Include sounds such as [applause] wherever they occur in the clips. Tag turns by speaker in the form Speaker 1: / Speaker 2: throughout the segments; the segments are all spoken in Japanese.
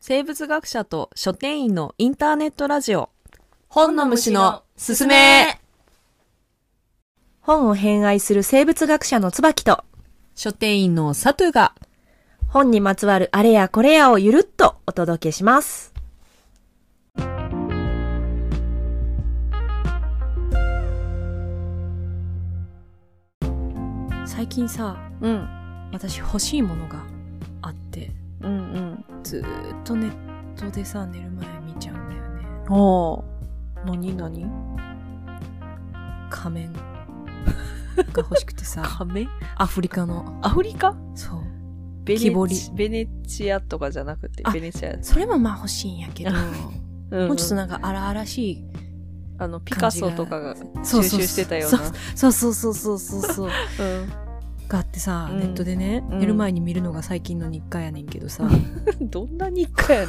Speaker 1: 生物学者と書店員のインターネットラジオ本の虫のすすめ
Speaker 2: 本を偏愛する生物学者の椿と、
Speaker 1: 書店員のサトゥが
Speaker 2: 本にまつわるあれやこれやをゆるっとお届けします。最近さ、
Speaker 1: うん
Speaker 2: 私欲しいものがあって、
Speaker 1: うんうん
Speaker 2: ずーっとネットでさ、寝る前見ちゃうんだよね。
Speaker 1: おー何何
Speaker 2: 仮面が欲しくて [laughs] さ、
Speaker 1: 仮面
Speaker 2: アフリカの、
Speaker 1: アフリカ
Speaker 2: そう。
Speaker 1: ベ
Speaker 2: ネチ木彫り
Speaker 1: ベネチアとかじゃなくて
Speaker 2: あ
Speaker 1: ベネチア、
Speaker 2: それもまあ欲しいんやけど、
Speaker 1: うん
Speaker 2: もうちょっとなんか荒々しい
Speaker 1: あのピ
Speaker 2: 感
Speaker 1: カ
Speaker 2: じが
Speaker 1: ソとかが
Speaker 2: そ
Speaker 1: 収
Speaker 2: うそうそう
Speaker 1: 集してたような
Speaker 2: そうそうそうそうそうそうがあってさ、
Speaker 1: うん
Speaker 2: ネットでね、
Speaker 1: うん
Speaker 2: 寝る前に見るのが最近の日課やねんけ [laughs] どさ
Speaker 1: うんどんな日課やねん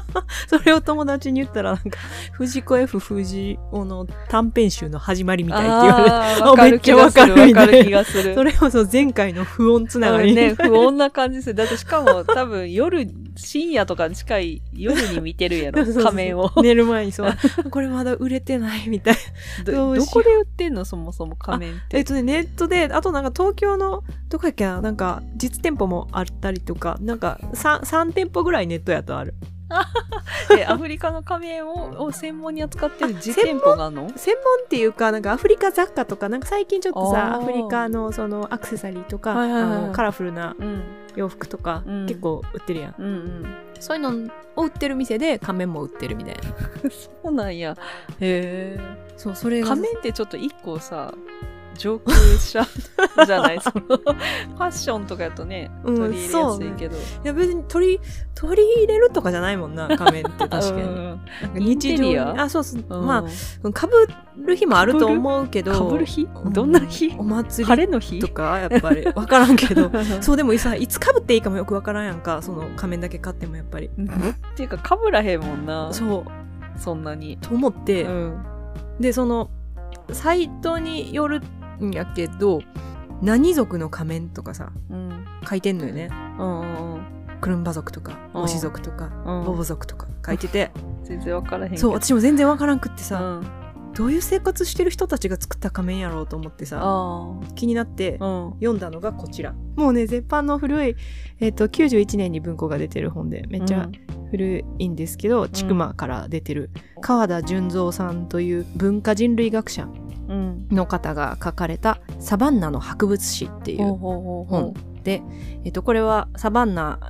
Speaker 2: [laughs] それを友達に言ったらなんか藤子 F 不二雄の短編集の始まりみたいって言われて
Speaker 1: あー
Speaker 2: [laughs] あ
Speaker 1: わかる気がする。
Speaker 2: め
Speaker 1: わ
Speaker 2: っちゃ
Speaker 1: か
Speaker 2: わかる
Speaker 1: る気がする。
Speaker 2: それをそう前回の不穏つなが
Speaker 1: う
Speaker 2: り
Speaker 1: ん
Speaker 2: に、
Speaker 1: ね、不穏な感じする。だってしかも多分夜、深夜とかに近い夜に見てるやろ、
Speaker 2: [laughs] そうそうそう
Speaker 1: 仮面を。
Speaker 2: 寝る前にそう
Speaker 1: [laughs]
Speaker 2: これまだ売れてないみたいなど
Speaker 1: ど
Speaker 2: うしよう
Speaker 1: どこで売ってんのそもそも仮面って。
Speaker 2: えっとね、ネットで、あとなんか東京の、どこやっけな、なんか実店舗もあったりとか、なんか 3, 3店舗ぐらいネットやとある。
Speaker 1: でアフリカの仮面をを専門に扱ってる自店舗があんの
Speaker 2: 専門っていうか、なんかアフリカ雑貨とか、なんか最近ちょっとさ、
Speaker 1: あー
Speaker 2: アフリカのそのアクセサリーとか、
Speaker 1: はいはいはい
Speaker 2: あのカラフルな
Speaker 1: うん。
Speaker 2: 洋服とか、
Speaker 1: うん
Speaker 2: 結構売ってるやん。
Speaker 1: うんうん。
Speaker 2: そういうのを売ってる店で仮面も売ってるみたいな。
Speaker 1: そうなんや。へえ。
Speaker 2: そう、それが。
Speaker 1: 仮面ってちょっと一個さ、上級者じゃないその、ファッションとかやとね、
Speaker 2: うん
Speaker 1: 取り入れやすいけど。
Speaker 2: いや別に取り、取り入れるとかじゃないもん [laughs] な、仮面って確かに。
Speaker 1: うん
Speaker 2: なんか日常
Speaker 1: インテ
Speaker 2: に
Speaker 1: リア
Speaker 2: あ、そうそう。
Speaker 1: うん
Speaker 2: まあ、かぶる日もあると思うけど。
Speaker 1: かぶる日どんな日
Speaker 2: お祭
Speaker 1: 晴
Speaker 2: り
Speaker 1: れの日
Speaker 2: とかやっぱり分からんけど
Speaker 1: そ [laughs]
Speaker 2: [laughs] そうでもさいつかぶっていいかもよく分からんやんかその仮面だけ買ってもやっぱり
Speaker 1: うっていうかかぶらへんもんなそ
Speaker 2: そうん
Speaker 1: なに、
Speaker 2: と思って、
Speaker 1: ん、
Speaker 2: でそのサイトによるんやけど何族の仮面とかさ
Speaker 1: うん
Speaker 2: 書いてんのよね
Speaker 1: うんうん
Speaker 2: クルンバ族とか
Speaker 1: うん
Speaker 2: オシ族とか
Speaker 1: うん
Speaker 2: ボボ族とか書いてて
Speaker 1: 全然わからへんけど [laughs]
Speaker 2: そう私も全然分からんくって
Speaker 1: うん
Speaker 2: さ、どういう生活してる人たちが作った仮面やろうと思ってさ
Speaker 1: あ
Speaker 2: 気になって
Speaker 1: あうん
Speaker 2: 読んだのがこちらもうね絶版の古い、えっと91年に文庫が出てる本でめっちゃ古いんですけど、ちくまから出てる川田純三さんという文化人類学者
Speaker 1: うん
Speaker 2: の方が書かれた「サバンナの博物誌」ってい
Speaker 1: ほうほ
Speaker 2: う
Speaker 1: うほうほ
Speaker 2: 本で、えっとこれはサバンナ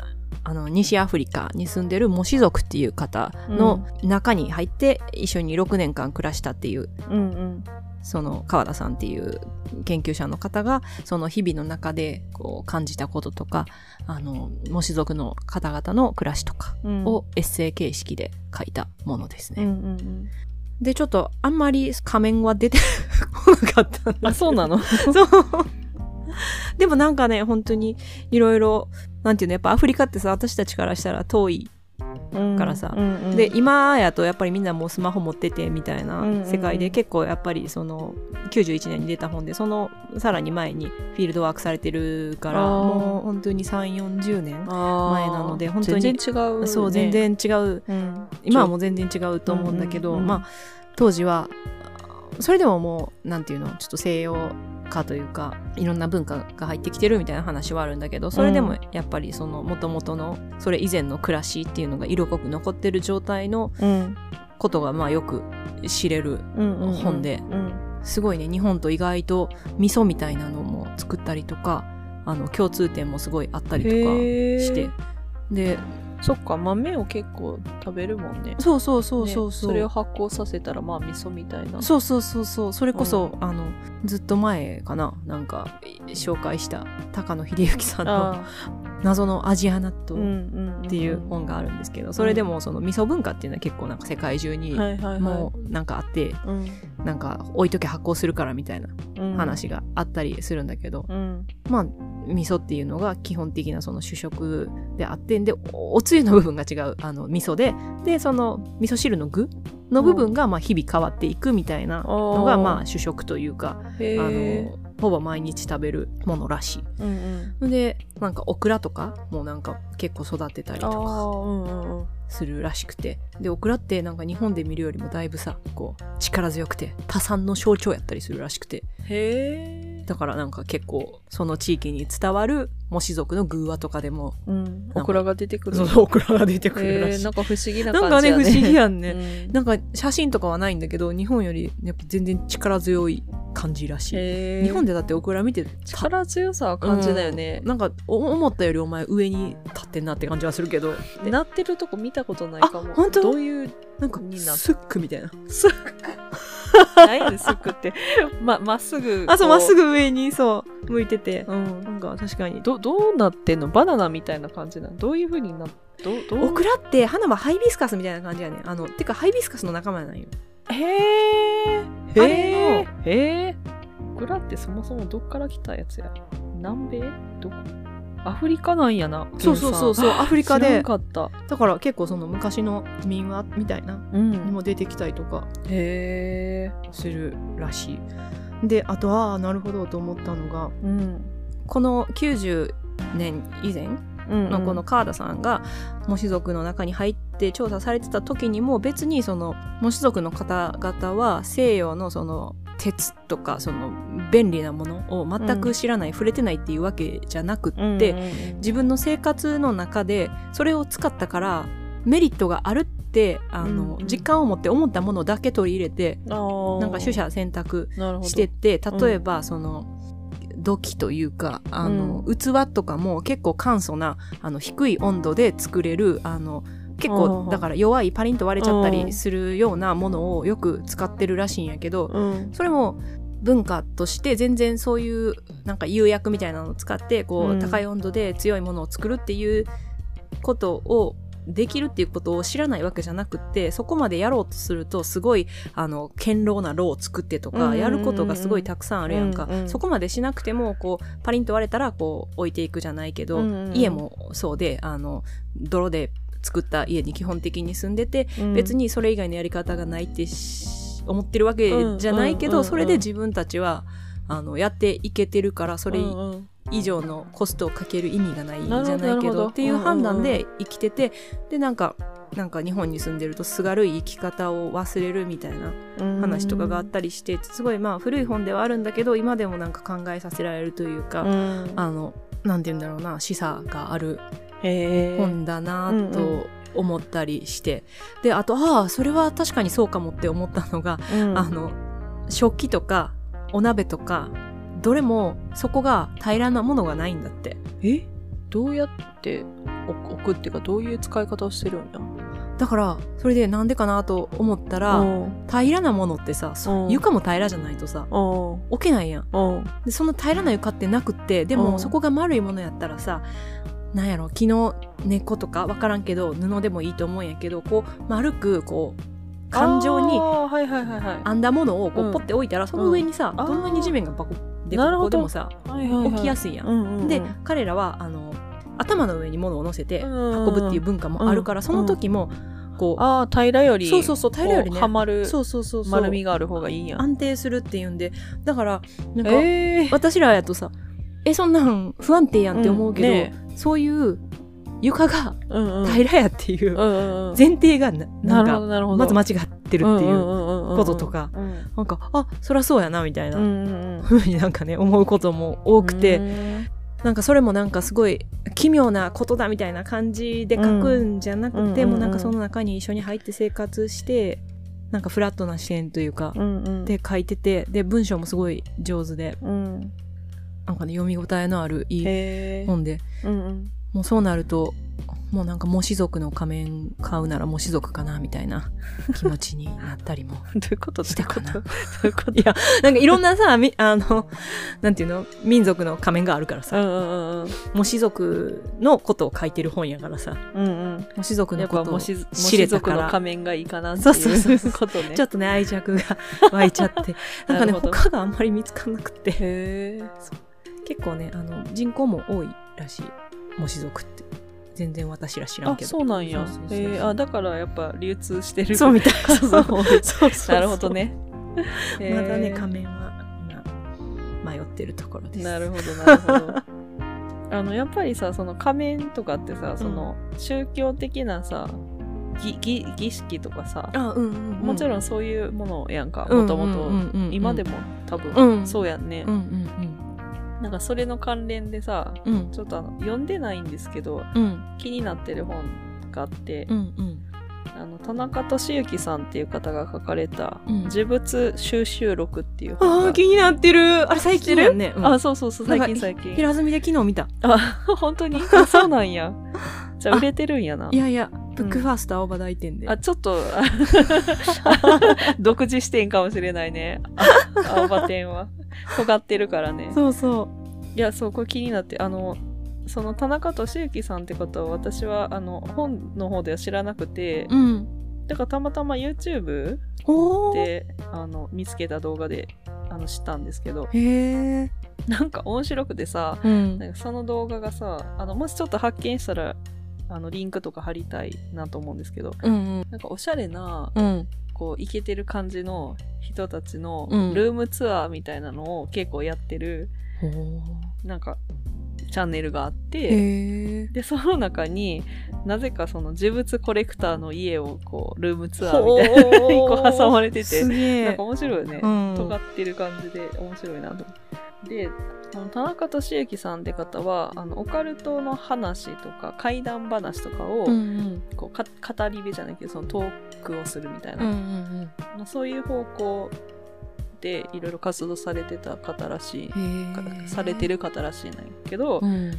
Speaker 2: あの西アフリカに住んでるモシ族っていう方の中に入って一緒に6年間暮らしたっていう
Speaker 1: ううんうん
Speaker 2: その川田さんっていう研究者の方がその日々の中でこう感じたこととかあのモシ族の方々の暮らしとか
Speaker 1: うん
Speaker 2: をエッセイ形式で書いたものです
Speaker 1: う
Speaker 2: ね。
Speaker 1: んうんうん
Speaker 2: でちょっとあんまり仮面は出てこなかったんだ
Speaker 1: あそうなの
Speaker 2: [laughs] そうでもなんかね本当にいろいろなんていうのやっぱアフリカってさ私たちからしたら遠い、からさ
Speaker 1: うんうん
Speaker 2: で今やとやっぱりみんなもうスマホ持っててみたい
Speaker 1: うんうんう
Speaker 2: なん世界で、結構やっぱりその91年に出た本でそのさらに前にフィールドワークされてるから
Speaker 1: あー
Speaker 2: もう本当に3 4 0年
Speaker 1: 前
Speaker 2: なので本当に
Speaker 1: 全然違う、ね、
Speaker 2: そう全、然違う
Speaker 1: うん、
Speaker 2: 今はもう全然違うと思うんだけ
Speaker 1: う
Speaker 2: ど、
Speaker 1: んうんうん
Speaker 2: まあ当時はそれでももうなんていうのちょっと西洋化というかいろんな文化が入ってきてるみたいな話はあるんだけどそれでもやっぱりその元々のそれ以前の暮らしっていうのが色濃く残ってる状態の
Speaker 1: うん
Speaker 2: ことがまあよく知れる
Speaker 1: うんうん、
Speaker 2: 本で
Speaker 1: うん
Speaker 2: すごいね日本と意外と味噌みたいなのも作ったりとかあの共通点もすごいあったりとか
Speaker 1: へー
Speaker 2: してで
Speaker 1: そっか豆を結構食べるもんね
Speaker 2: そうそうそうそうそう、
Speaker 1: ねそれを発酵させたらまあ味噌みたいな
Speaker 2: そうそうそうそうそれこそ、あのずっと前かななんかえ紹介した高野秀幸さんの
Speaker 1: あ
Speaker 2: 「謎のアジアナット」
Speaker 1: ー
Speaker 2: っ
Speaker 1: んんんん
Speaker 2: ていう本があるんですけどそれでもその味噌文化っていうのは結構なんか世界中に
Speaker 1: はいはいはい
Speaker 2: もうなんかあって
Speaker 1: うん
Speaker 2: なんか置いとけ発酵するからみたいな
Speaker 1: うん
Speaker 2: 話があったりするんだけど
Speaker 1: うん
Speaker 2: まあ味噌っていうのが基本的なその主食であってんでおおつゆの部分が違うあの味噌ででその味噌汁の具の部分がまあ日々変わっていくみたいなのがまあ主食というか
Speaker 1: あ
Speaker 2: あ
Speaker 1: へえ
Speaker 2: のほぼ毎日食べるものらし
Speaker 1: うんうん
Speaker 2: いでなんかオクラとかもなんか結構育てたり
Speaker 1: あ
Speaker 2: とか
Speaker 1: ーうんうんうん
Speaker 2: するらしくてでオクラってなんか日本で見るよりもだいぶさこう力強くて多産の象徴やったりするらしくて
Speaker 1: へえ。
Speaker 2: だからなんか結構その地域に伝わるモシ族の寓話とかでも
Speaker 1: うん。オクラが出てくる。
Speaker 2: そうオクラが出てくるら
Speaker 1: え
Speaker 2: しい、
Speaker 1: ー、なんか不思議な
Speaker 2: なん
Speaker 1: 感
Speaker 2: か
Speaker 1: じ
Speaker 2: ね
Speaker 1: や
Speaker 2: 不
Speaker 1: ね。
Speaker 2: 思議
Speaker 1: や
Speaker 2: やんね、
Speaker 1: ね。
Speaker 2: なんか写真とかはないんだけど日本よりやっぱ全然力強い感じらしい、
Speaker 1: へえ。
Speaker 2: 日本
Speaker 1: で
Speaker 2: でだってオクラ見てた
Speaker 1: 力強さは感じだよね。
Speaker 2: なんかお思ったよりお前上に立ってんなって感じはするけど
Speaker 1: でなってるとこ見たことないかも。
Speaker 2: あ本当
Speaker 1: どういう
Speaker 2: なんか
Speaker 1: になった
Speaker 2: スックみたいな
Speaker 1: スック。ないですスックって。 [laughs] ま、まっすぐ。
Speaker 2: あそうまっす
Speaker 1: ぐ。
Speaker 2: ぐ上にそう向いてて
Speaker 1: うん。
Speaker 2: なんか確かに
Speaker 1: どどうなってんのバナナみたいな感じなのどういうふうになどうど
Speaker 2: オ
Speaker 1: う
Speaker 2: クラって花はハイビスカスみたいな感じやねあのてかハイビスカスの仲間なんよ
Speaker 1: へえへえ
Speaker 2: あれ
Speaker 1: へえオクラってそもそもどっから来たやつや南米どこアフリカなんやな
Speaker 2: そうそうそう
Speaker 1: う
Speaker 2: そうアフリカ
Speaker 1: 知ら
Speaker 2: で
Speaker 1: んかった
Speaker 2: だから結構その昔の民話みたいな
Speaker 1: う
Speaker 2: に
Speaker 1: ん
Speaker 2: も出てきたりとか
Speaker 1: へえ
Speaker 2: するらしいであとああなるほどと思ったのが
Speaker 1: うん
Speaker 2: この90年以前
Speaker 1: うん
Speaker 2: のこのカーダさんがモシ族の中に入って調査されてた時にも別にそのモシ族の方々は西洋のその鉄とかその便利なものを全く知らない、触れてないっていうわけじゃなくって、
Speaker 1: で
Speaker 2: 自分の生活の中でそれを使ったからメリットがあるってあの、
Speaker 1: うんうん
Speaker 2: 実感を持って思ったものだけ取り入れてなんか取捨選択してて
Speaker 1: ほど
Speaker 2: 例えば、その土器というかあの、
Speaker 1: う
Speaker 2: 器とかも結構簡素なあの低い温度で作れるあの結
Speaker 1: あー
Speaker 2: 構だから弱いパリンと割れちゃった
Speaker 1: う
Speaker 2: り
Speaker 1: ん
Speaker 2: するようなものをよく使ってるらしいんやけど
Speaker 1: うん
Speaker 2: それも文化として全然そういうなんか釉薬みたいなのを使ってこう、
Speaker 1: うん
Speaker 2: 高い温度で強いものを作るっていうことをできるっていうことを知らないわけじゃなくってそこまでやろうとするとすごいあの堅牢な炉を作ってと
Speaker 1: うんうん
Speaker 2: か
Speaker 1: うん
Speaker 2: やることがすごいたくさんあるやんか、
Speaker 1: うんうん
Speaker 2: そこまでしなくてもこうパリンと割れたらこう置いていくじゃないけど、
Speaker 1: うんうん
Speaker 2: 家もそうであの泥で作った家に基本的に住んでて別にそれ以外のやり方がないってし思ってるわけじゃないけど、
Speaker 1: うんうんうんうん
Speaker 2: それで自分たちはあのやっていけてるからそ
Speaker 1: そ
Speaker 2: れ以上のコストをかける意味がないんじゃ
Speaker 1: なるほど
Speaker 2: ない
Speaker 1: なる
Speaker 2: け
Speaker 1: ほ
Speaker 2: ど
Speaker 1: ど
Speaker 2: っていう判断で生きててでなんかなんか日本に住んでるとすがるい生き方を忘れるみたいな話とかがあったりしてすごいまあ古い本ではあるんだけど今でもなんか考えさせられるというか、
Speaker 1: うん
Speaker 2: あのなんて言うんだろうな示唆がある
Speaker 1: へえ
Speaker 2: 本だなぁ
Speaker 1: うんう
Speaker 2: と思ったりして、であとああそれは確かにそうかもって思ったのが、
Speaker 1: うん
Speaker 2: あの食器とかお鍋とかどれもそこが平らなものがないんだって
Speaker 1: えどうやって置くっていうかどういう使い方をしてるんだ
Speaker 2: だからそれでなんでかなと思ったら
Speaker 1: うん
Speaker 2: 平らなものってさ
Speaker 1: うん
Speaker 2: 床も平らじゃないとさ
Speaker 1: うん
Speaker 2: 置けないやん
Speaker 1: うん
Speaker 2: でその平らな床ってなくってで
Speaker 1: う
Speaker 2: も
Speaker 1: ん
Speaker 2: そこが丸いものやったらさなんやろ木の根っことかわからんけど布でもいいと思うんやけどこう丸くこう感情に
Speaker 1: あーはいはいはいはい
Speaker 2: 編んだものをこ
Speaker 1: う
Speaker 2: うんポッて置いたら、その上にさ、
Speaker 1: あー
Speaker 2: どんなに地面がバコで
Speaker 1: なるほ
Speaker 2: ここで
Speaker 1: ど
Speaker 2: もさ
Speaker 1: はいはいはい
Speaker 2: 置きやすいやん。
Speaker 1: うんうんうん
Speaker 2: で彼らはあの頭の上に物を乗せて
Speaker 1: うん
Speaker 2: 運ぶっていう文化もあるから、
Speaker 1: うん
Speaker 2: その時もこう、
Speaker 1: ああ平らより
Speaker 2: そうそうそう平らより
Speaker 1: こ
Speaker 2: ね
Speaker 1: うはまる
Speaker 2: そうそうそうそう
Speaker 1: 丸みがある方がいいんや
Speaker 2: 安定するっていうんでだからなんか、
Speaker 1: えー
Speaker 2: 私らやとさえそんなん不安定やんって思うけど、
Speaker 1: うんね
Speaker 2: そういう床が
Speaker 1: うんうん
Speaker 2: 平らやっていう
Speaker 1: うんうんうん
Speaker 2: 前提がな,、
Speaker 1: なるほ
Speaker 2: な
Speaker 1: ど
Speaker 2: ん
Speaker 1: なるほ
Speaker 2: か
Speaker 1: ど
Speaker 2: まず間違ってるっていう,、
Speaker 1: こ
Speaker 2: こととか
Speaker 1: うん
Speaker 2: なんかあそらそうやなみたいな、
Speaker 1: うんうん
Speaker 2: ふうになんかね思うことも多くて、なんかそれもなんかすごい奇妙なことだみたいな感じで書くんじゃなくて、
Speaker 1: うん
Speaker 2: もうなんかその中に一緒に入って生活してなんかフラットな視点というか、
Speaker 1: うんうん
Speaker 2: で書いててで文章もすごい上手で
Speaker 1: うん
Speaker 2: なんかね読み応えのあるいい
Speaker 1: へえ
Speaker 2: 本で
Speaker 1: うんうん
Speaker 2: もうそうなるともうなんか模子族の仮面買うなら模子族かなみたいな気持ちになったりも
Speaker 1: どういうこと
Speaker 2: したかな
Speaker 1: どういうこと
Speaker 2: いや [laughs] なんかいろんなさみあのなんていうの民族の仮面があるからさ
Speaker 1: うんうんうん
Speaker 2: 模子族のことを書いてる本やからさ
Speaker 1: [laughs] うんうん
Speaker 2: 模子族
Speaker 1: や
Speaker 2: の
Speaker 1: っ
Speaker 2: こ
Speaker 1: ぱ
Speaker 2: とを
Speaker 1: もしも
Speaker 2: 知
Speaker 1: し
Speaker 2: れた
Speaker 1: 族
Speaker 2: か
Speaker 1: の
Speaker 2: ら
Speaker 1: 仮面がいいかなって
Speaker 2: そうそうそ
Speaker 1: いううことね
Speaker 2: ちょっとね愛着が湧いちゃってなん
Speaker 1: [laughs] な
Speaker 2: かね
Speaker 1: るほど
Speaker 2: 他があんまり見つかんなくて
Speaker 1: へえ
Speaker 2: 結構ねあの人口も多いらしい模子族って全然私ら知らん
Speaker 1: あ
Speaker 2: けど
Speaker 1: そうなんや
Speaker 2: そうそうそう
Speaker 1: えーあだからやっぱ流通してる
Speaker 2: そうみ
Speaker 1: [laughs]
Speaker 2: たい
Speaker 1: 数
Speaker 2: そう
Speaker 1: も多い
Speaker 2: そうそうそう
Speaker 1: なるほどねへ
Speaker 2: [laughs] ま
Speaker 1: ー
Speaker 2: だね仮面は今迷ってるところです
Speaker 1: なるほどなるほどあのやっぱりさその仮面とかってさその宗教的なさぎぎ儀式とかさ、
Speaker 2: あうんうん、
Speaker 1: もちろ
Speaker 2: ん
Speaker 1: んそういうものやんかもともと
Speaker 2: と
Speaker 1: 今で
Speaker 2: も
Speaker 1: も多
Speaker 2: う
Speaker 1: 分
Speaker 2: ん
Speaker 1: そうやんね
Speaker 2: う、んうん
Speaker 1: なんかそれの関連でさ
Speaker 2: うんうん
Speaker 1: ちょっとあの読んでないんですけど
Speaker 2: うん
Speaker 1: 気になってる本があって、
Speaker 2: うんうん
Speaker 1: あの田中俊之さんっていう方が書かれた
Speaker 2: うん
Speaker 1: 「呪物収集録」っていう本が、
Speaker 2: あー気になってるあれ最近やんね、うん、
Speaker 1: あそうそうそう最
Speaker 2: なん
Speaker 1: 近
Speaker 2: か
Speaker 1: 最近
Speaker 2: 平積みで昨日見た
Speaker 1: あ本当にあそうなん
Speaker 2: [laughs]
Speaker 1: やじゃあ売れてるんやない
Speaker 2: やいやブックファースト青葉大店で、
Speaker 1: あちょっ
Speaker 2: [laughs]
Speaker 1: とあ独自視点かもしれないねあ青葉店は尖ってるからね
Speaker 2: そうそう
Speaker 1: いやそうこれ気になってあのその田中俊之さんって方は私はあの本の方では知らなくて
Speaker 2: うん
Speaker 1: だからたまたま YouTube
Speaker 2: おおへ
Speaker 1: であの見つけた動画であの知ったんですけど
Speaker 2: え
Speaker 1: なんか面白くてさ
Speaker 2: うん
Speaker 1: なんかその動画がさあのもしちょっと発見したらあのリンクとか貼りたいなと思うんですけど
Speaker 2: うん
Speaker 1: なんかおしゃれな
Speaker 2: うん
Speaker 1: こうイケてる感じの人たちの
Speaker 2: うん
Speaker 1: ルームツアーみたいなのを結構やってるなんかチャンネルがあって
Speaker 2: へえ
Speaker 1: でその中になぜかその呪物コレクターの家をこうルームツアーみたいな一個挟まれてて
Speaker 2: すげえ
Speaker 1: なんか面白いよね、
Speaker 2: うん
Speaker 1: 尖ってる感じで面白いなと思ってであの田中俊之さんって方はあのオカルトの話とか怪談話とかを、
Speaker 2: うん
Speaker 1: こうか語り部じゃないけどそのトークをするみたい
Speaker 2: うんう
Speaker 1: な、
Speaker 2: ん
Speaker 1: まあ、そういう方向でいろいろ活動されてた方らしい、
Speaker 2: うんへえ
Speaker 1: されてる方らしいなんやけど
Speaker 2: う、ん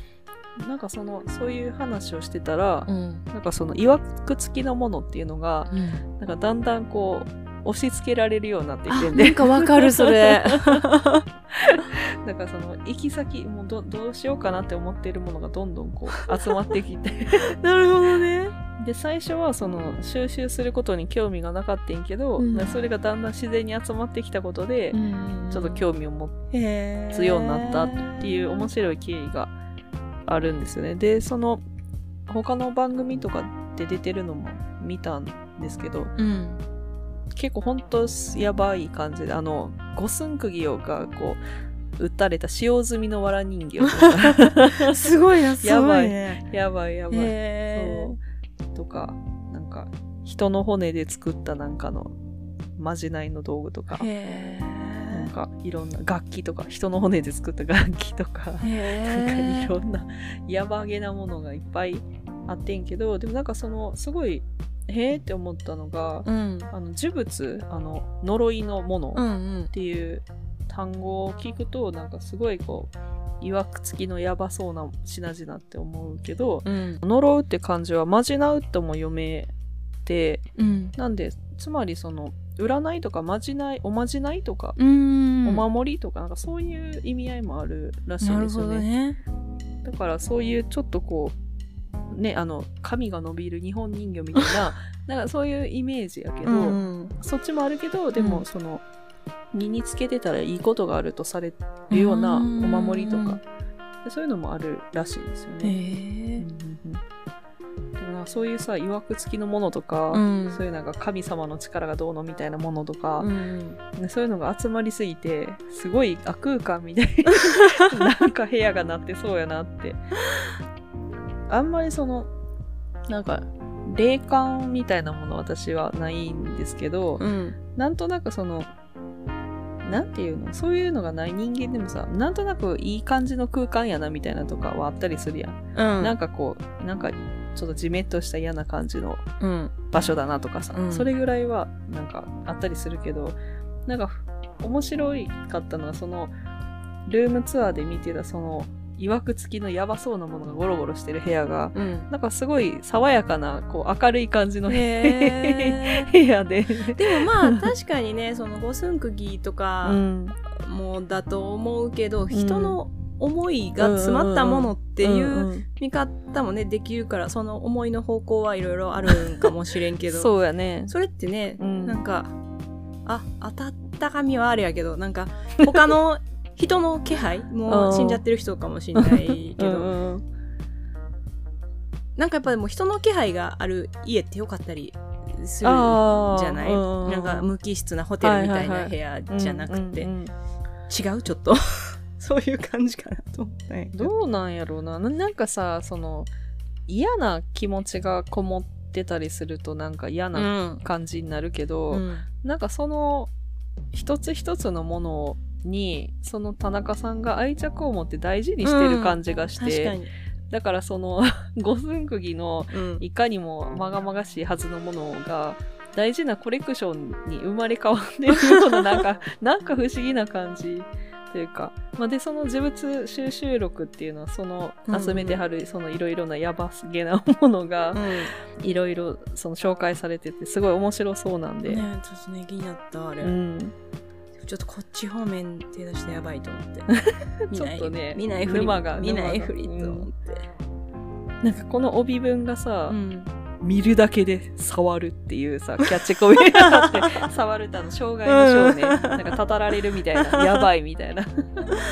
Speaker 1: なんかそのそういう話をしてたら
Speaker 2: う、ん
Speaker 1: なんかそのいわくつきのものっていうのが
Speaker 2: うん
Speaker 1: なんかだんだんこう押し付けられるようになってき
Speaker 2: あ
Speaker 1: てん
Speaker 2: な
Speaker 1: で
Speaker 2: んかわかるそれ
Speaker 1: [laughs] なんかその行き先もうどどうしようかなって思ってるものがどんどんこ
Speaker 2: [laughs]
Speaker 1: う集まってきて
Speaker 2: [laughs]
Speaker 1: [laughs]
Speaker 2: なるほどね
Speaker 1: で最初はその収集することに興味がなかったんけど、
Speaker 2: うん
Speaker 1: それがだんだん自然に集まってきたことで、ちょっと
Speaker 2: 日
Speaker 1: 興味を持
Speaker 2: へ
Speaker 1: つようになったっていう面
Speaker 2: 白
Speaker 1: 白い経緯があるんですよねでその他の番組とかで出てるのも見たんですけど
Speaker 2: うん
Speaker 1: 結構ほんとやばい感じであの五寸釘をがこう打たれた使用済みのわら人形とか
Speaker 2: [laughs] すごいなす
Speaker 1: や
Speaker 2: ご
Speaker 1: ばい
Speaker 2: いね
Speaker 1: やばいやばい、
Speaker 2: へー
Speaker 1: そうとかなんか人の骨で作ったなんかのまじないの道具とか
Speaker 2: へ
Speaker 1: なんかいろんな楽器とか人の骨で作った楽器とか
Speaker 2: え
Speaker 1: なんかい
Speaker 2: へ
Speaker 1: ろんなやばげなものがいっぱいあってんけどでもなんかそのすごいへえって思ったのが
Speaker 2: うん
Speaker 1: あの呪物あの呪いのもの
Speaker 2: うんう
Speaker 1: っ
Speaker 2: ん
Speaker 1: ていう単語を聞くとなんかすごいこういわくつきのやばそうな品々って思うけど、
Speaker 2: うん
Speaker 1: 呪うって漢字はまじなうとも読めて
Speaker 2: うん
Speaker 1: なんでつまりその占いとかまじないおまじないとか、
Speaker 2: うん
Speaker 1: お守りとかなんかそういう意味合いもあるらしい
Speaker 2: なんる
Speaker 1: です
Speaker 2: ほ
Speaker 1: よ
Speaker 2: ど
Speaker 1: ね
Speaker 2: ね
Speaker 1: だからそういうちょっとこうねあの髪が伸びる日本人形みたい
Speaker 2: [laughs]
Speaker 1: ななんかそういうイメージやけど、
Speaker 2: うん
Speaker 1: そっちもあるけどで
Speaker 2: う
Speaker 1: も
Speaker 2: ん
Speaker 1: その身につけてたらいいことがあるとされるようなお
Speaker 2: うん
Speaker 1: 守りとかでそういうのもあるらしいですよね。う
Speaker 2: へえ
Speaker 1: んうんうんでもなそういうさいわくつきのものとか、
Speaker 2: うん
Speaker 1: そういうなんか神様の力がどうのみたいなものと
Speaker 2: う
Speaker 1: か、
Speaker 2: ん
Speaker 1: ねそういうのが集まりすぎてすごい悪空間みたいな
Speaker 2: [laughs]
Speaker 1: なんか部屋がなってそうやなってあんまりそのなんか霊感みたいなもの私はないんですけど、
Speaker 2: うん
Speaker 1: なんとなくそのなんていうのそういうのがない人間でもさなんとなくいい感じの空間やなみたいなとかはあったりするやんなんかこうなんかちょっとじめっとした嫌な感じの
Speaker 2: うん
Speaker 1: 場所だなとかさ、
Speaker 2: うん
Speaker 1: それぐらいはなんかあったりするけどなんか面白いかったのはそのルームツアーで見てたそのいわくつきのやばそうなものがゴロゴロしてる部屋が
Speaker 2: うん
Speaker 1: なんかすごい爽やかなこう明るい感じの部
Speaker 2: へー
Speaker 1: 部屋で、
Speaker 2: でもまあ確かにねその五寸釘と
Speaker 1: う
Speaker 2: か
Speaker 1: [laughs] ん、
Speaker 2: もだと思うけど、人の思いが詰まったものってい
Speaker 1: ん
Speaker 2: ううん見方もねできるからその思いの方向はいろいろあるんかもしれんけど
Speaker 1: [laughs] そうやね
Speaker 2: それってね、
Speaker 1: うん
Speaker 2: なんかあ当たった神はあれやけどなんか他の人の気配
Speaker 1: [laughs] う
Speaker 2: もうん死んじゃってる人かもしれないけど、
Speaker 1: うんうん
Speaker 2: なんかやっぱりもう人の気配がある家ってよかったりする
Speaker 1: あー
Speaker 2: じゃない、
Speaker 1: うんうん
Speaker 2: なんか無機質なホテルみたいな部屋じゃなくて、
Speaker 1: うんうんうん
Speaker 2: 違うちょっと [laughs] そういう感じかなと思ったんやけど
Speaker 1: どうなんやろうなななんかさその嫌な気持ちがこもっってたりするとなんか嫌
Speaker 2: う
Speaker 1: なん感じになるけど、
Speaker 2: うん
Speaker 1: なんかその一つ一つのものにその田中さんが愛着を持って大事にしてる感じがし
Speaker 2: 確
Speaker 1: て、
Speaker 2: かに、
Speaker 1: だからその [laughs] 五寸釘の
Speaker 2: うん
Speaker 1: いかにもまがまがしいはずのものが大事なコレクションに生まれ変わっているようななんかなんか不思議な感じというか、まあ、でその呪物収集録っていうのはその
Speaker 2: うんうん
Speaker 1: 集めてはるそのいろいろなやばすげなものがいろいろその紹介されててすごい面白そうなんで、
Speaker 2: ねちょっとね気になったあれ、
Speaker 1: うん、
Speaker 2: ちょっとこっち方面手出してやばいと思
Speaker 1: [laughs]
Speaker 2: って見
Speaker 1: ちょ
Speaker 2: な
Speaker 1: っ
Speaker 2: い
Speaker 1: とね
Speaker 2: 見ないふり
Speaker 1: 沼が
Speaker 2: 見ない
Speaker 1: 沼が
Speaker 2: ふりと思って、
Speaker 1: なんかこの帯文がさ、
Speaker 2: うん
Speaker 1: 見るだけで触るっていうさキャッチコピーがあ
Speaker 2: [laughs]
Speaker 1: って触るってあの障害の少年、
Speaker 2: うん
Speaker 1: なんかたたられるみたいなやばいみたいな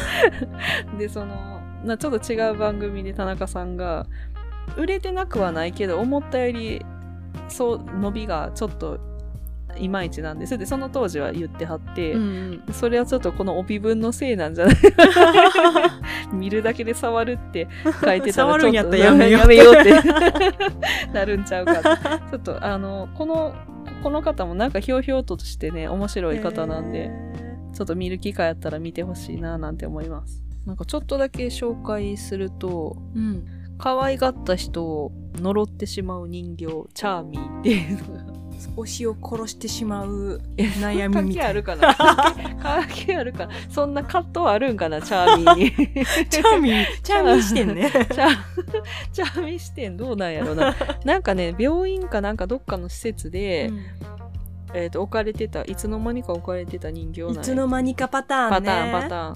Speaker 1: [laughs] でそのなちょっと違う番組で田中さんが売れてなくはないけど思ったよりそう伸びがちょっといまいちなんですでその当時は言ってはって、 [laughs]
Speaker 2: うん
Speaker 1: それはちょっとこの帯分のせいなんじゃない見るだけで触るって
Speaker 2: [laughs]
Speaker 1: 書いてたら
Speaker 2: 触
Speaker 1: ちょ
Speaker 2: る
Speaker 1: っ
Speaker 2: ん
Speaker 1: と
Speaker 2: やったらやめ
Speaker 1: やめよ
Speaker 2: よう
Speaker 1: うって
Speaker 2: [laughs]
Speaker 1: なるんちゃうかとちょっとあのこのこの方もなんかひょうひょうとしてね面白い方なんで、ちょっと見る機会あったら見てほしいななんて思いますなんかちょっとだけ紹介すると
Speaker 2: うん
Speaker 1: 可愛がった人を呪ってしまう人形チャーミーっていうのが
Speaker 2: 推しを殺してしまう悩み
Speaker 1: 関
Speaker 2: み
Speaker 1: 係あ
Speaker 2: たいな
Speaker 1: るかな関係あるかなそんな葛藤あるんかなチャーミーに
Speaker 2: [laughs] チャーミー [laughs] チャーミーしてん
Speaker 1: [laughs]
Speaker 2: ね
Speaker 1: チャーチャーミー視点どうなんやろ
Speaker 2: [laughs]
Speaker 1: ななんかね病院かなんかどっかの施設で、えー、と置かれてたいつの間にか置かれてた人形なん
Speaker 2: い
Speaker 1: や
Speaker 2: つの間にかパター
Speaker 1: パ
Speaker 2: ンね
Speaker 1: ターンパターン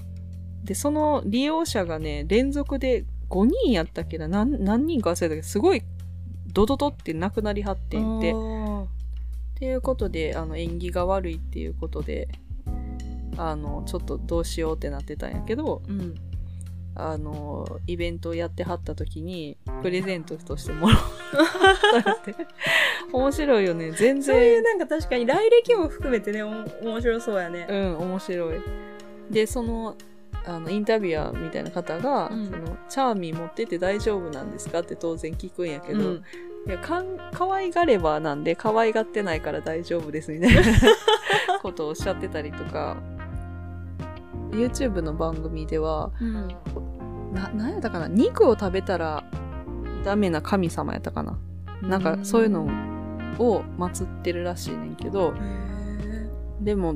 Speaker 1: でその利用者がね連続で5人やったっけな何何人か忘れたけどすごいドドドって亡くなりはってんて
Speaker 2: おー
Speaker 1: っていうことであの縁起が悪いっていうことであのちょっとどうしようってなってたんやけど
Speaker 2: うん
Speaker 1: あのイベントをやってはった時にプレゼントとしてもらったって [laughs] 面白いよね全
Speaker 2: [laughs] そういう
Speaker 1: 然
Speaker 2: なんか確かに来歴も含めてねお面白そうやね
Speaker 1: うん面白いでそのあのインタビュアーみたいな方が、
Speaker 2: うん
Speaker 1: そのチャーミー持ってて大丈夫なんですかって当然聞くんやけど、
Speaker 2: うん
Speaker 1: いやかん可愛がればなんで可愛がってないから大丈夫ですみた
Speaker 2: [laughs]
Speaker 1: いなことをおっしゃってたりとか YouTube の番組では
Speaker 2: うん
Speaker 1: ななんやったかな肉を食べたらダメな神様やったかななんかそういうのを祀ってるらしいねんけど
Speaker 2: へー
Speaker 1: でも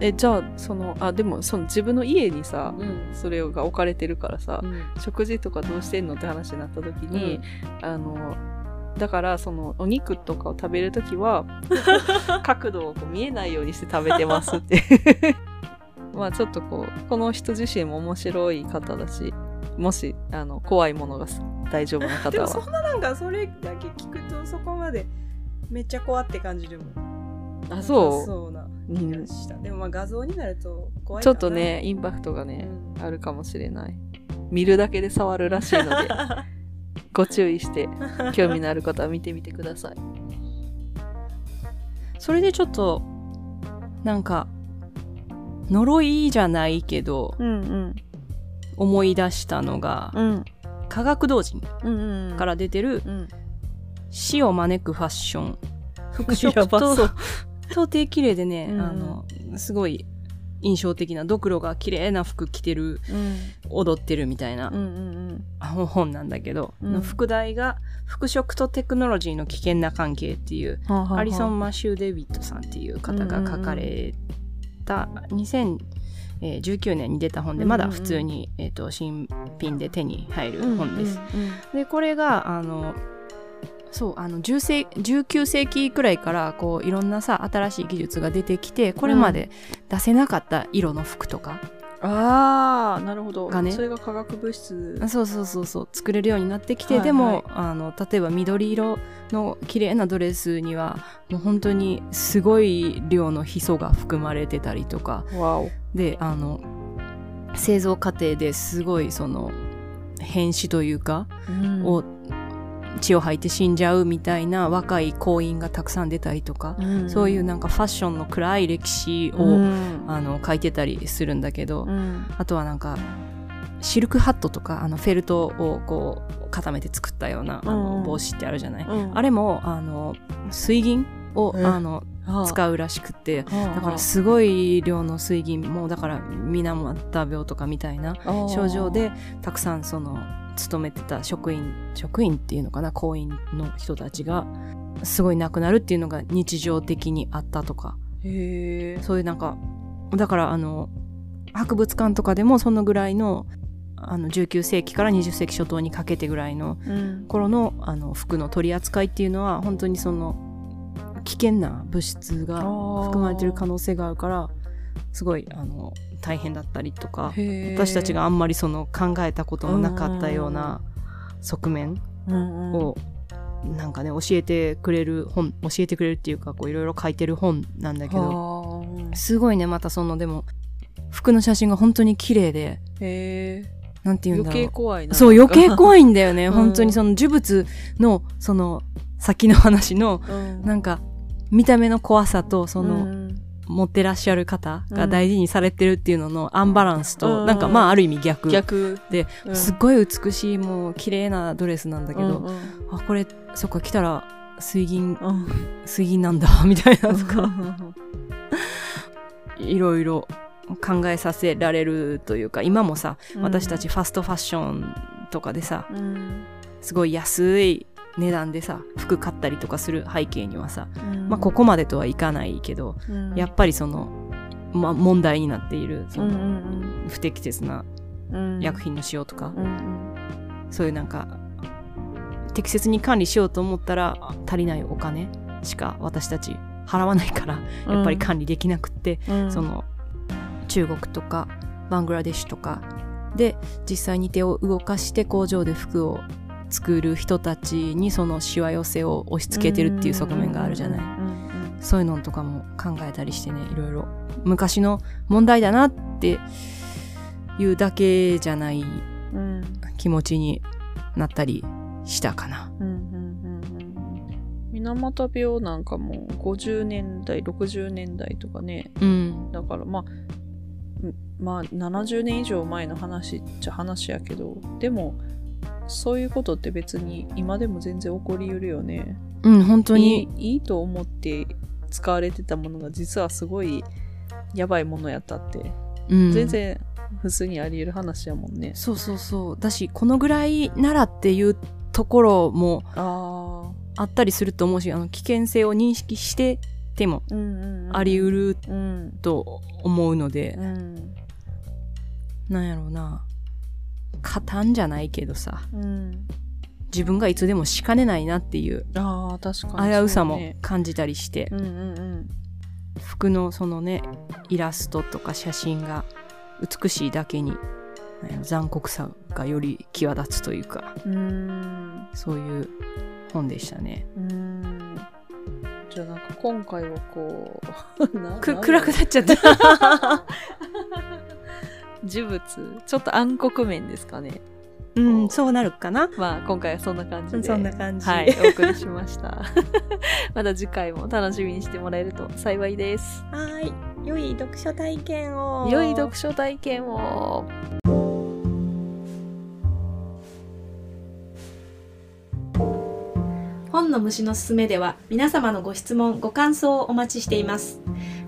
Speaker 1: えじゃあそのあでもその自分の家にさ
Speaker 2: うん
Speaker 1: それが置かれてるからさ、食事とかどうしてんのって話になった時に、あのだからそのお肉とかを食べる時
Speaker 2: [laughs]
Speaker 1: は角度をこう見えないようにして食べてますって
Speaker 2: [laughs]
Speaker 1: まあちょっとこうこの人自身も面白い方だしもしあの怖いものが大丈夫な
Speaker 2: で
Speaker 1: 方
Speaker 2: もそ
Speaker 1: は
Speaker 2: んななんかそれだけ聞くとそこまでめっちゃ怖って感じるもん
Speaker 1: あそう
Speaker 2: なさそうな
Speaker 1: う
Speaker 2: 気
Speaker 1: ん
Speaker 2: がした、でもまあ画像になると怖い
Speaker 1: ち
Speaker 2: か
Speaker 1: ょ
Speaker 2: な
Speaker 1: っとねインパクトがね、
Speaker 2: う
Speaker 1: あるかもしれない見るだけで触るらしいの [laughs] でご注意して興味のある方は見てみてください
Speaker 2: それでちょっとなんか呪いじゃないけど
Speaker 1: [laughs] うんうん
Speaker 2: 思い出したのが
Speaker 1: うん
Speaker 2: 科学同人
Speaker 1: うんうん
Speaker 2: から出てる
Speaker 1: うん
Speaker 2: 死を招くファッション服飾
Speaker 1: やばそう
Speaker 2: と到底綺麗でね、
Speaker 1: うん
Speaker 2: あのすごい印象的なドクロが綺麗な服着て
Speaker 1: う
Speaker 2: る
Speaker 1: ん
Speaker 2: 踊ってるみたいな
Speaker 1: うんうん
Speaker 2: あ本なんだけど、
Speaker 1: うん
Speaker 2: 副題が「服飾とテクノロジーの危険な関係」っていう
Speaker 1: うん
Speaker 2: アリソ
Speaker 1: ン
Speaker 2: ン・マシュー・デビッドさんっていう方が書かれた2019年に出た本でまだ普通に、えー、と新品で手に入る本です。でこれがあのそうあの10世19世紀くらいからこういろんなさ新しい技術が出てきてこれまで出せなかった色の服とか、
Speaker 1: ああなるほど、
Speaker 2: がね
Speaker 1: それが化学物質
Speaker 2: あそうそうそうそう作れるようになってき
Speaker 1: は
Speaker 2: て、
Speaker 1: いはい
Speaker 2: でもあの例えば緑色の綺麗なドレスにはもう本当にすごい量のヒ素が含まれてたりとか
Speaker 1: わお
Speaker 2: であの製造過程ですごいその変死というかを血を吐いて死んじゃうみたいな若い行員がたくさん出たりとか、そういうなんかファッションの暗い歴史を、
Speaker 1: うん
Speaker 2: あの書いてたりするんだけど、
Speaker 1: うん
Speaker 2: あとはなんかシルクハットとかあのフェルトをこう固めて作ったようなあの
Speaker 1: うん
Speaker 2: 帽子ってあるじゃない、
Speaker 1: うん
Speaker 2: あれもあの水銀を、
Speaker 1: うん
Speaker 2: あの使うらしくてだからすごい量の水銀もうだから水俣病とかみたいな症状でたくさんその勤めてた職員職員っていうのかな行員の人たちがすごい亡くなるっていうのが日常的にあったとか
Speaker 1: へえ
Speaker 2: そういうなんかだからあの博物館とかでもそのぐらいのあの19世紀から20世紀初頭にかけてぐらいの
Speaker 1: うん
Speaker 2: 頃のあの服の取り扱いっていうのは本当にその危険な物質が含まれてる可能性があるからすごいあの大変だったりとか私たちがあんまりその考えたことのなかったような側面をなんかね教えてくれる本教えてくれるっていうかこういろいろ書いてる本なんだ
Speaker 1: だ
Speaker 2: けどすごいねまたそのでも服の写真が本当に綺麗で
Speaker 1: へえ
Speaker 2: なんて言うんだ
Speaker 1: 余
Speaker 2: ろう
Speaker 1: 計怖いな
Speaker 2: そう余計
Speaker 1: い
Speaker 2: 怖いんだよ
Speaker 1: [laughs]
Speaker 2: ね、
Speaker 1: うん
Speaker 2: 本当にその呪物のその先の話のなんか見た目の怖さとその、持ってらっしゃる方が大事にされてるっていうののアンバランスと、
Speaker 1: うん
Speaker 2: なんかまあある意味逆
Speaker 1: 逆
Speaker 2: で、
Speaker 1: うん
Speaker 2: すっごい美しいもう綺麗なドレスなんだけど、
Speaker 1: うん
Speaker 2: あこれそっか来たら水銀
Speaker 1: うん
Speaker 2: 水銀なんだみたいなと
Speaker 1: う
Speaker 2: か
Speaker 1: ん
Speaker 2: [laughs] いろいろ考えさせられるというか今もさ
Speaker 1: うん
Speaker 2: 私たちファストファッションとかでさ
Speaker 1: うん
Speaker 2: すごい安い値段でさ服買ったりとかする背景にはさ、
Speaker 1: うん
Speaker 2: まあ、ここまでとはいかないけど
Speaker 1: うん
Speaker 2: やっぱりその、まあ、問題になっているそ
Speaker 1: うん
Speaker 2: の
Speaker 1: うん
Speaker 2: 不適切な
Speaker 1: うんうん
Speaker 2: 薬品の使用とか、
Speaker 1: うん
Speaker 2: そういうなんか適切に管理しようと思ったら足りないお金しか私たち払わないから
Speaker 1: うん
Speaker 2: やっぱり管理できなくって、
Speaker 1: うん
Speaker 2: その中国とかバングラデシュとかで実際に手を動かして工場で服を作る人たちにそのしわ寄せを押し付けてるっていう側面があるじゃない。
Speaker 1: うんうん
Speaker 2: そういうのとかも考えたりしてね、いろいろ昔の問題だなっていうだけじゃない
Speaker 1: うんうん
Speaker 2: 気持ちになったりしたかな。
Speaker 1: うんうんうんうん水俣病なんかも50年代60年代とかね
Speaker 2: うん。
Speaker 1: だからまあうんまあ70年以上前の話っちゃ話やけどでもそういうことって別に今でも全然起こりうるよね
Speaker 2: うん、本当
Speaker 1: い
Speaker 2: に。
Speaker 1: いいいと思って使われてたものが実はすごいやばいものやったって、
Speaker 2: うん、
Speaker 1: 全。然普通にあり得る話やもんね
Speaker 2: そうそうそう。だし、このぐらいならっていうところも
Speaker 1: あ
Speaker 2: あったりすると思うし、あの危険性を認識してても
Speaker 1: あうんうん、うん、
Speaker 2: あり得る
Speaker 1: うん
Speaker 2: と思うので
Speaker 1: う、ん
Speaker 2: なんやろうな。加担じゃないけどさ、
Speaker 1: うん
Speaker 2: 自分がいつでもしかねないなっていう
Speaker 1: ああ確かに
Speaker 2: 危うさ
Speaker 1: そう
Speaker 2: も
Speaker 1: ね
Speaker 2: 感じたりして、
Speaker 1: うんうんうん
Speaker 2: 服のそのねイラストとか写真が美しいだけにあの残酷さがより際立つというか
Speaker 1: うーん
Speaker 2: そういう本でしたね
Speaker 1: うーんじゃあなんか今回はこう [laughs] な
Speaker 2: く
Speaker 1: なんだろ
Speaker 2: 暗
Speaker 1: う
Speaker 2: くなっちゃった
Speaker 1: 呪物ちょっと暗黒面ですかね
Speaker 2: うんそうなるかな
Speaker 1: まあ今回はそんな感じで
Speaker 2: 感
Speaker 1: はいお送りしました [laughs] また次回も楽しみにしてもらえると幸いです
Speaker 2: はい良い読書体験を
Speaker 1: 良い読書体験を
Speaker 3: 本の虫のすすめでは皆様のご質問ご感想をお待ちしています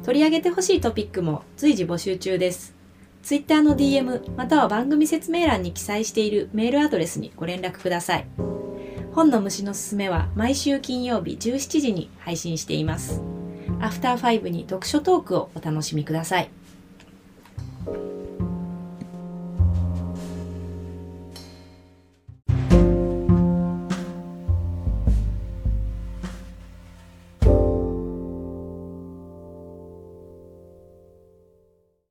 Speaker 3: 取り上げてほしいトピックも随時募集中です Twitter の DM または番組説明欄に記載しているメールアドレスにご連絡ください本の虫のすすめは毎週金曜日17時に配信していますアフターファイブに読書トークをお楽しみください